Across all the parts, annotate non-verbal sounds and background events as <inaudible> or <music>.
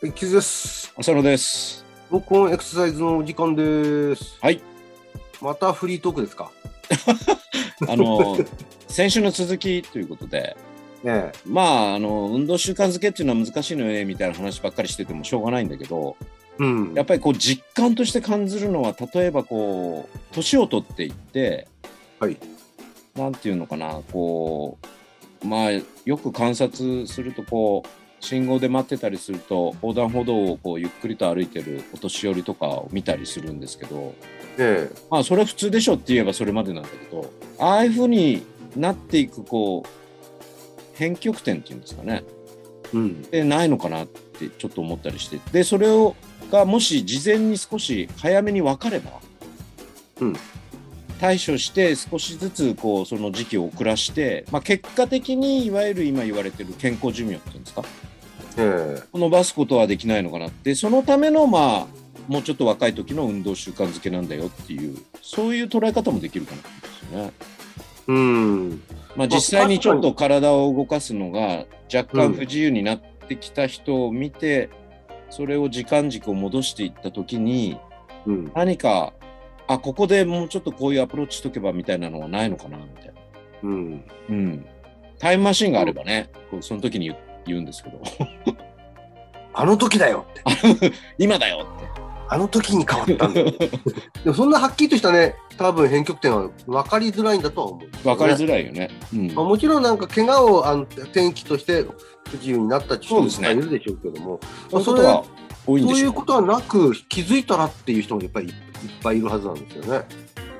はい、キズです。浅野です。録音エクササイズのお時間です。はい。またフリートークですか。あの、 <laughs> 先週の続きということで、ねまあ、あの、運動習慣づけっていうのは難しいのよね、みたいな話ばっかりしててもしょうがないんだけど、え。うん。やっぱりこう、実感として感じるのは、例えばこう、年を取っていって、はい。なんていうのかな、こう、まあ、よく観察すると、こう、信号で待ってたりすると、横断歩道をこうゆっくりと歩いてるお年寄りとかを見たりするんですけど、えまあそれは普通でしょって言えばそれまでなんだけどああいうふうになっていくこう変極点っていうんですかねえ。うん。でないのかなってちょっと思ったりしてでそれをがもし事前に少し早めに分かれば、うん対処して少しずつこうその時期を遅らして、まあ、結果的にいわゆる今言われてる健康寿命っていうんですかえ伸ばすことはできないのかなってそのためのまあもうちょっと若い時の運動習慣づけなんだよっていうそういう捉え方もできるかなと思うんですえ。よね。うん。まあ、実際にちょっと体を動かすのが若干不自由になってきた人を見て、それを時間軸を戻していった時にうん。何かあここでもうちょっとこういうアプローチしとけばみたいなのはないのかなみたいな、うん。うん、タイムマシンがあればね、こうその時に言う言うんですけどあの時だよって。今だよってあの時に変わったんだよ。 <laughs> でもそんなはっきりとしたね、多分変曲点は分かりづらいんだとは思う、分かりづい。らいよね。うんまあ、もちろんなんか怪我をあの天気として不自由になった人そもうでいっすぱねいいるでしょうけども、そういうこれとが多いそんでうしいょうことはなく気づいたらっていう人もやっぱりいっぱいいるはずなんですよね。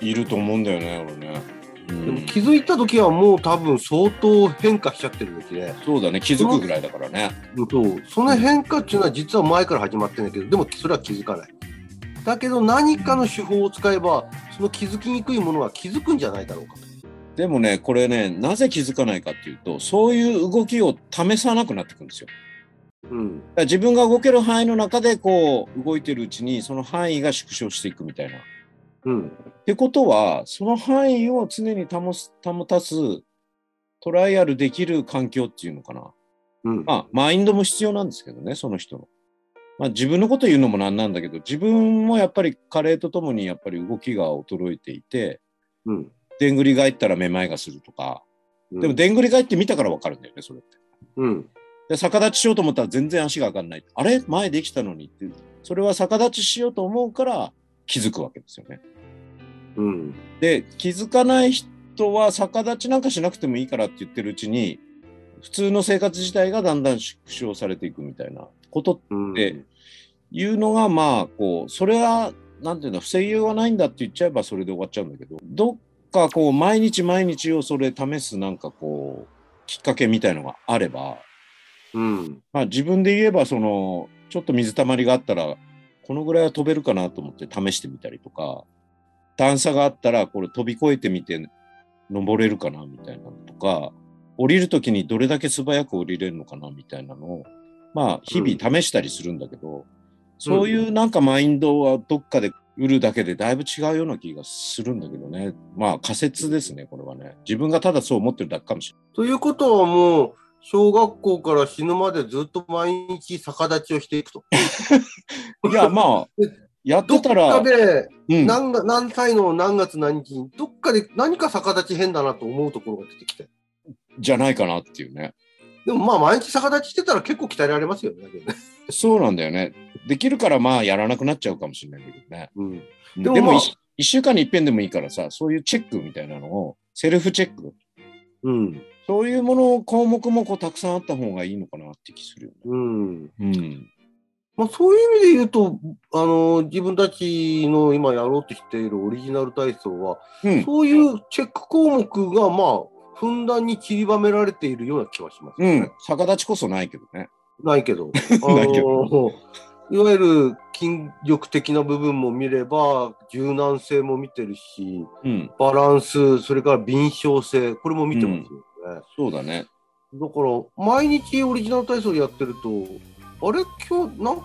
いると思うんだよね、俺ね。うんでも気づいた時はもう多分相当変化しちゃってるべきで、そうだね、気づくぐらいだからね。そうその変化っていうのは実は前から始まってんだけどでもそれは気づかないだけど何かの手法を使えばその気づきにくいものは気づくんじゃないだろうかでもね、これね、なぜ気づかないかっていうと、そういう動きを試さなくなってくるんですよ。と、うんだから自分が動ける範囲の中でこう動いてるうちに、その範囲が縮小していくみたいな。っうん、てことは、その範囲を常に保つ保たす、トライアルできる環境っていうのかな。うん、まあ、マインドも必要なんですけどね、その人の。まあ、自分のこと言うのもなんなんだけど、自分もやっぱり加齢とともにやっぱり動きが衰えていて、うん、でんぐり返ったらめまいがするとか、でもでんぐり返って見たからわかるんだよね、それって。うん、で、逆立ちしようと思ったら全然足が上がんない。あれ前できたのにって。それは逆立ちしようと思うから気づくわけですよね。うん、で、気づかない人は逆立ちなんかしなくてもいいからって言ってるうちに、普通の生活自体がだんだん縮小されていくみたいなことっうん、でいうのがまあこうそれはなんていうの防ぎようがないんだって言っちゃえばそれで終わっちゃうんだけどどっかこう毎日毎日をそれ試すなんかこうきっかけみたいのがあれば、うん、まあ、自分で言えばそのちょっと水たまりがあったらこのぐらいは飛べるかなと思って試してみたりとか段差があったらこれ飛び越えてみて登れるかなみたいなのとか降りる時にどれだけ素早く降りれるのかなみたいなのをまあ日々試したりするんだけど、そういうなんかマインドはどっかで売るだけでだいぶ違うような気がするんだけどねまあ仮説ですねこれはね自分がただそう思ってるだけかもしれないということはもう小学校から死ぬまでずっと毎日逆立ちをしていくと。いやまあやっどてったらかでうん、何が何歳の何月何日にどっかで何か逆立ち変だなと思うところが出てきて。じゃないかなっていうね。でもまあ毎日逆立ちしてたら結構鍛えられますよね。だけどねそうなんだよね。できるからまあやらなくなっちゃうかもしれないけどね。うん、ででもまも,、あ一一週間に一遍でもいいからさ、そういうチェックみたいなのを、セルフチェック、うん、そういうものを項目もこうたくさんあった方がいいのかなって気するよね。うん。うん。まあそういう意味で言うと、あの、自分たちの今やろうとしているオリジナル体操は、うん。そういうチェック項目がまあ、ふんだんに散りばめられているような気はします、うん。逆立ちこそないけどね。ない <laughs> けど。あのないけいわゆる筋力的な部分も見れば、柔軟性も見てるし、うん。バランス、それから敏捷性、これも見てますよね。そうだね。だから、毎日オリジナル体操やってると、あれ今日なんか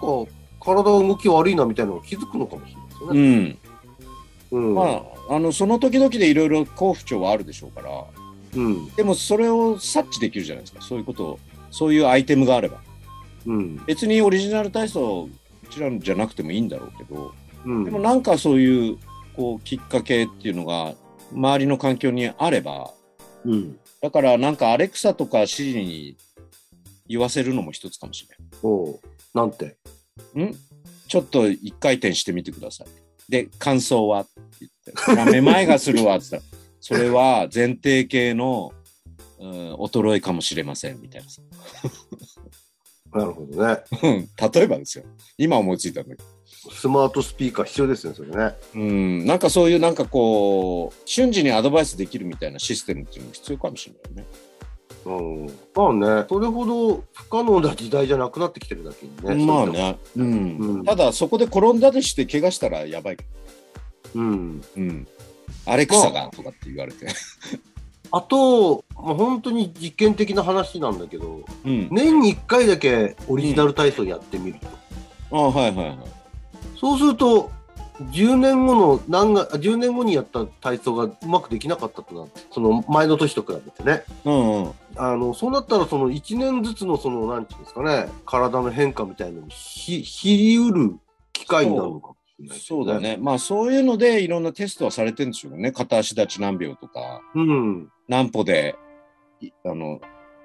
体動き悪いなみたいなのが気づくのかもしれないですようね。ん。うん。まあ、あの、その時々でいろいろ好不調はあるでしょうから、うん。でもそれを察知できるじゃないですか。そういうことを、そういうアイテムがあれば。うん。別にオリジナル体操、うちらのじゃなくてもいいんだろうけど、うん。でもなんかそういう、こう、きっかけっていうのが、周りの環境にあれば、うん。だからなんかアレクサとかシリに言わせるのも一つかもしれおうなんて。ない。んちょっと一回転してみてください。で、感想はって言って、あめまいがするわって言ったら、 <laughs> それは前提系の、うん、衰えかもしれませんみたいなさ。なるほどね。うん例えばですよ。今思いついたんだけど。スマートスピーカー必要ですね、それね。うん、なんかそういうなんかこう、瞬時にアドバイスできるみたいなシステムっていうのも必要かもしれないよね。うん。まあね、それほど不可能な時代じゃなくなってきてるだけにね。まあそういっね。うん。うんただそこで転んだとして怪我したらやばいけどた。うん。うん、アレクサがとかって言われて、あと、まあ、本当に実験的な話なんだけど、 <laughs> うん、年に1回だけオリジナル体操やってみると。あはいはいはいそうすると、10年後の何が、10年後にやった体操がうまくできなかったとなって、その前の年と比べてね。うんうんあの、そうなったらその1年ずつのその、なんていうんですかね、体の変化みたいなのにひ、ひりうる機会になるのかもしれない、そうだ。ねまあそういうのでいろんなテストはされてるんでしょうね片足立ち何秒とかうん。何歩でいあの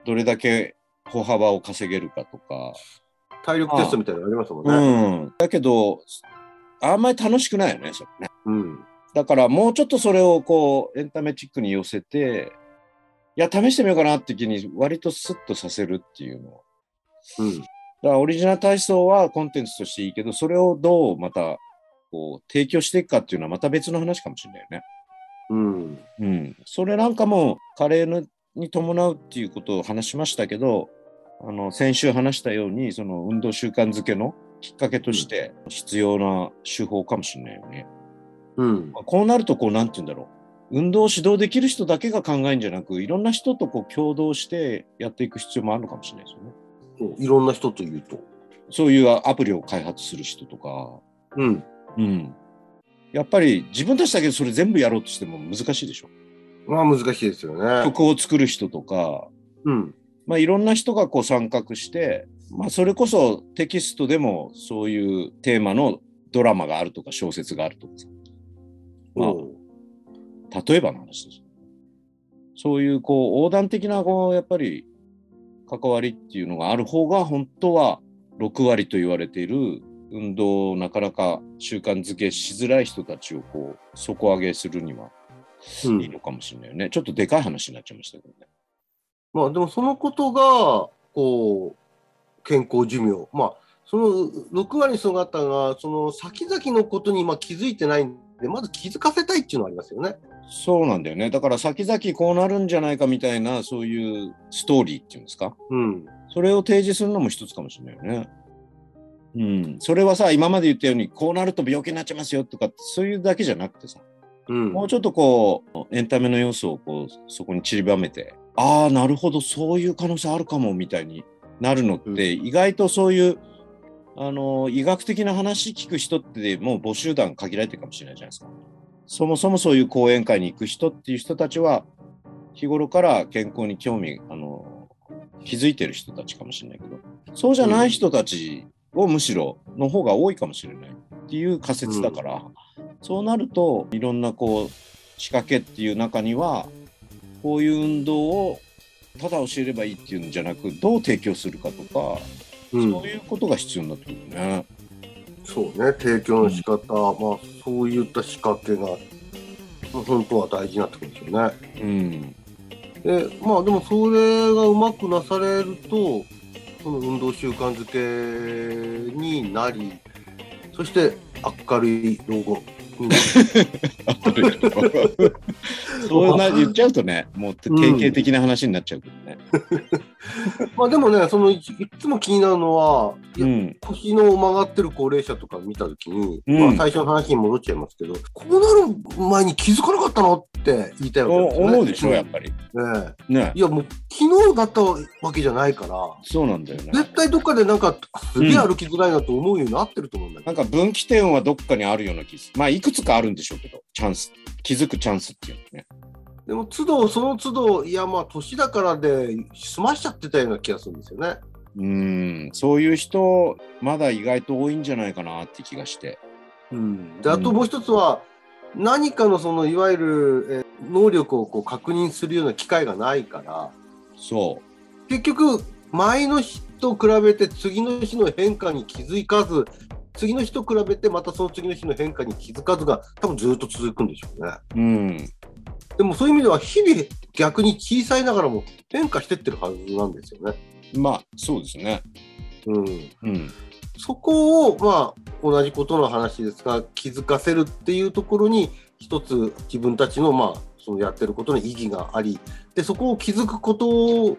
どれだけ歩幅を稼げるかとか、体力テストみたいなのありましたもんね。うん、だけどあんまり楽しくないよねそれねうん。だからもうちょっとそれをこうエンタメチックに寄せていや試してみようかなって気に割とスッとさせるっていうのはうん。だからオリジナル体操はコンテンツとしていいけど、それをどうまたこう提供していくかっていうのはまた別の話かもしれないよね。うん。うん。それなんかも加齢のに伴うっていうことを話しましたけど、あの、先週話したように、その運動習慣づけのきっかけとして必要な手法かもしれないよね。うん。まあこうなるとこう、なんて言うんだろう。運動を指導できる人だけが考えるんじゃなく、いろんな人とこう共同してやっていく必要もあるのかもしれないですよね。いろんな人と言うと。そういうアプリを開発する人とか、うん。うん、やっぱり自分たちだけでそれ全部やろうとしても難しいでしょ。まあ難しいですよね。曲を作る人とか、うん。まあ、いろんな人がこう参画して、まあ、それこそテキストでもそういうテーマのドラマがあるとか小説があるとかさまあうん例えばの話ですよ。そういうこう横断的なこうやっぱり関わりっていうのがある方が本当は6割と言われている運動をなかなか習慣づけしづらい人たちをこう底上げするにはうんいいのかもしれないよね。ちょっとでかい話になっちゃいましたけどね。まあでもそのことが、こう、健康寿命。まあ、その6割の人方が、その先々のことにまあ気づいてないんで、まず気づかせたいっていうのはありますよね。そうなんだよね。だから先々こうなるんじゃないかみたいな、そういうストーリーっていうんですか。うん。それを提示するのも一つかもしれないよね。うん。それはさ、今まで言ったように、こうなると病気になっちゃいますよとか、そういうだけじゃなくてさ、うん。もうちょっとこう、エンタメの要素をこう、そこに散りばめて、ああ、なるほど、そういう可能性あるかも、みたいになるのって、意外とそういう、あの、医学的な話聞く人って、もう募集団限られてるかもしれないじゃないですか。そもそもそういう講演会に行く人っていう人たちは、日頃から健康に興味、あの、気づいてる人たちかもしれないけど、そうじゃない人たちをむしろの方が多いかもしれないっていう仮説だから、そうなるといろんなこう仕掛けっていう中にはこういう運動をただ教えればいいっていうんじゃなくどう提供するかとか、うんそういうことが必要になってくるね。そうね、提供の仕方、まあそういった仕掛けが、まあ本当は大事になってくるんでしょうね。 <laughs> うん、でまあでもそれがうまくなされるとその運動習慣づけになりそして明るい老後になるそうな言っちゃうとねもう定型的な話になっちゃうけどね。まあでもねそのいいつも気になるのはうん。腰の曲がってる高齢者とか見たときに、うんまあ最初の話に戻っちゃいますけど、こうなる前に気づかなかったのって言いたいわけでおすよね。思うでしょ、やっぱり。うんえねえ。いや、もう昨日だったわけじゃないから、そうなんだよね。絶対どっかでなんか、すげえ歩きづらいなと思うようになってると思うんだけなんど、か分岐点はどっかにあるような気すまあ、いくつかあるんでしょうけど、チャンス。気づくチャンスっていうのね。でも、都度その都度、いや、まあ、年だからで済ましちゃってたような気がするんですよね。うーん、そういう人、まだ意外と多いんじゃないかなって気がして。うん、であともう一つは、何かのそのいわゆる、えー能力をこう確認するような機会がないからそ結局前の日と比べて次の日の変化に気づかず次の日と比べてまたその次の日の変化に気づかずが多分ずっと続くんでしょうね。う。うん。でもそういう意味では日々逆に小さいながらも変化してってるはずなんですよね。まあ、そうですね。うん、うん。そこをまあ同じことの話ですが気づかせるっていうところに一つ自分たちのまあそのやってることの意義がありでそこを気づくことを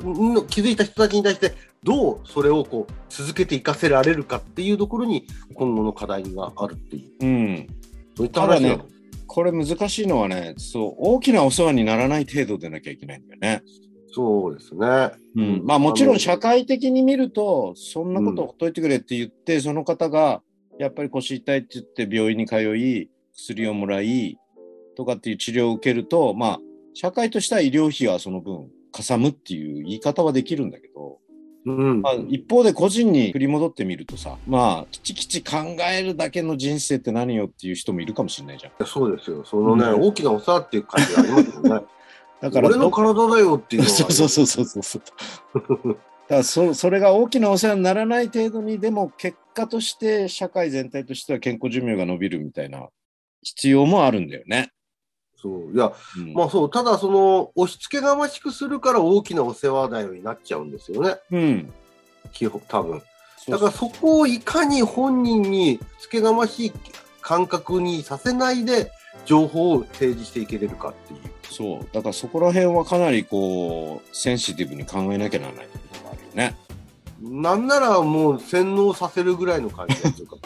の気づいた人たちに対してどうそれをこう続けていかせられるかっていうところに今後の課題があるっていううん。そういった話なのただこれ難しいのはね、そう、大きなお世話にならない程度でなきゃいけないんだよね。そうですね。うん、まあもちあろんの社会的に見ると、そんなことほっといてくれって言って、その方がやっぱり腰痛いって言って病院に通い、薬をもらいとかっていう治療を受けると、まあ社会としては医療費はその分かさむっていう言い方はできるんだけど、うんまあ、一方で個人に振り戻ってみるとさ、まあきちきち考えるだけの人生って何よっていう人もいるかもしれないじゃん。そうですよ。そのね、うん大きなお世話っていう感じがありますよね。だから俺の体だよっていうのは。 <laughs> そうそうそうそうそう <laughs> そう。だからそそれが大きなお世話にならない程度にでも結果として社会全体としては健康寿命が伸びるみたいな必要もあるんだよね。そう。いや、うんまあそう、ただその、押し付けがましくするから大きなお世話だよになっちゃうんですよね、うん、基本、多分。そうだからそこをいかに本人につけがましい感覚にさせないで、情報を提示していけれるかっていう。そうだからそこら辺はかなりこうセンシティブに考えなきゃならないってことがあるよね。なんならもう洗脳させるぐらいの感じが <laughs> するか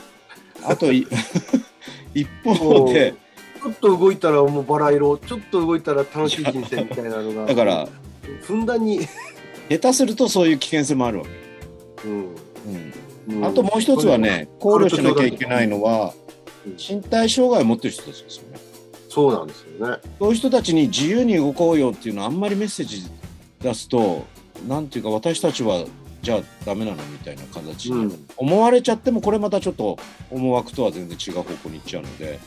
あとい <laughs> 一方でちょっと動いたらもうバラ色、ちょっと動いたら楽しい人生みたいなのが。だから、ふんだんに、下手するとそういう危険性もあるわけ。うんうんうんあともう一つはね考慮しなきゃいけないのはうん身体障害を持ってる人たちですよね。そうなんですよね。そういう人たちに自由に動こうよっていうのはあんまりメッセージ出すとなんていうか私たちはじゃあダメなのみたいな形うにん思われちゃってもこれまたちょっと思惑とは全然違う方向に行っちゃうので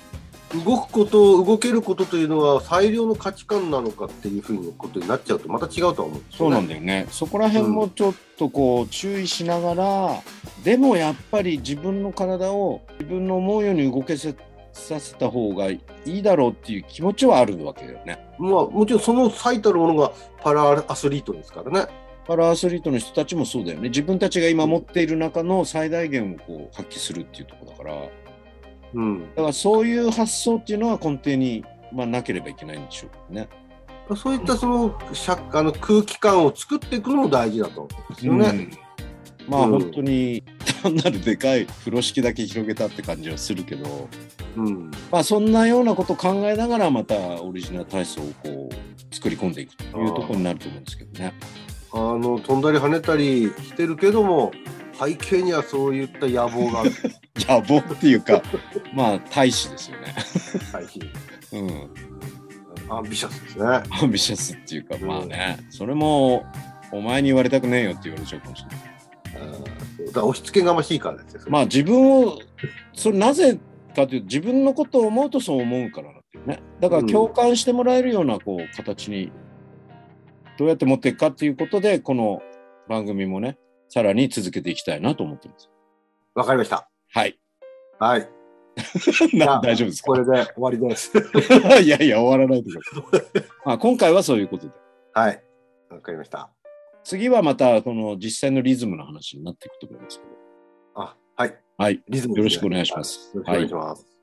動くこと動けることというのは最良の価値観なのかっていうふうなことになっちゃうとまた違うとは思うんですそうなんだだよねそこら辺もちょっとこう注意しながらでもやっぱり自分の体を自分の思うように動けせさせた方がいいだろうっていう気持ちはあるわけだよね。まあもちろんその最たるものがパラアスリートですからねパラアスリートの人たちもそうだよね。自分たちが今持っている中の最大限をこう発揮するっていうところだから、だうんからそういう発想っていうのは根底に、まあ、なければいけないんでしょうね。そういったその社あの空気感を作っていくのも大事だと思うんですよね、うんまあうん本当に単なるでかい風呂敷だけ広げたって感じはするけど、うんまあ、そんなようなことを考えながらまたオリジナル体操をこう作り込んでいくというところになると思うんですけどね。あの飛んだり跳ねたりしてるけども背景にはそういった野望がある野望っていうかまあ大使ですよね。最近うんアンビシャスですねアンビシャスっていうか、まあね、それも、お前に言われたくねえよって言われちゃうかもしれない。うんだから押し付けがましいからですよそれまあ自分を、それなぜかというと、自分のことを思うとそう思うからなんだよね。だからうん共感してもらえるような、こう、形に、どうやって持っていくかっていうことで、この番組もね、さらに続けていきたいなと思ってます。わかりましたはい。 <laughs> はいじゃなあ大丈夫ですこかれで終わりです <laughs> いやいや、終わらないでください。まあ今回はそういうことで。はい。わかりました。次はまた、その実際のリズムの話になっていくと思いますけど。あ、はい。はい。リズムでよろすしねくお願いしますよろしくお願いします。